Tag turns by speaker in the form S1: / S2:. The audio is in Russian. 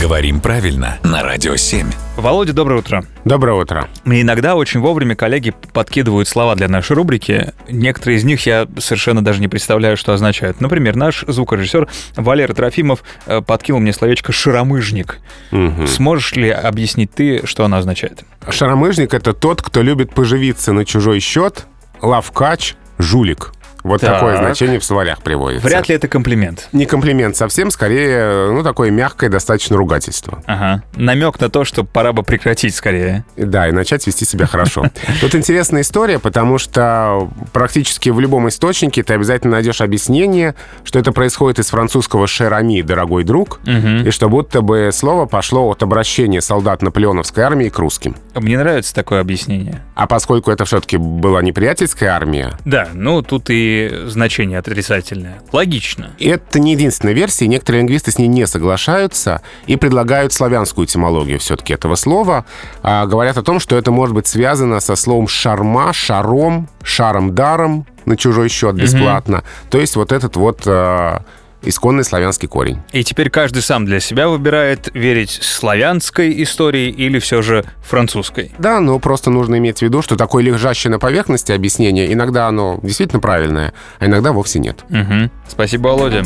S1: Говорим правильно на Радио 7.
S2: Володя, доброе утро.
S3: Доброе утро.
S2: Мне иногда очень вовремя коллеги подкидывают слова для нашей рубрики. Некоторые из них я совершенно даже не представляю, что означают. Например, наш звукорежиссер Валера Трофимов э, подкинул мне словечко «шаромыжник». Сможешь ли объяснить ты, что оно означает?
S3: Шаромыжник — это тот, кто любит поживиться на чужой счет, лавкач, жулик. Вот
S2: Так.
S3: такое значение в словарях приводится.
S2: Вряд ли это комплимент.
S3: Не комплимент совсем, скорее, ну, такое мягкое достаточно ругательство.
S2: Ага. Намек на то, что пора бы прекратить скорее.
S3: Да, и начать вести себя хорошо. Тут интересная история, потому что практически в любом источнике ты обязательно найдешь объяснение, что это происходит из французского «шерами», «дорогой друг», и что будто бы слово пошло от обращения солдат наполеоновской армии к русским.
S2: Мне нравится такое объяснение.
S3: А поскольку это все-таки была неприятельская армия,
S2: Да, ну тут и значение отрицательное. Логично.
S3: это не единственная версия, и некоторые лингвисты с ней не соглашаются и предлагают славянскую этимологию все-таки этого слова. А, говорят о том, что это может быть связано со словом «шарма», «шаром», «шаром-даром» на чужой счет бесплатно. То есть вот этот вот э, исконный славянский корень.
S2: И теперь каждый сам для себя выбирает верить славянской истории или все же французской.
S3: Да, но просто нужно иметь в виду, что такое лежащее на поверхности объяснение, иногда оно действительно правильное, а иногда вовсе нет.
S2: Мгм. Спасибо, Володя.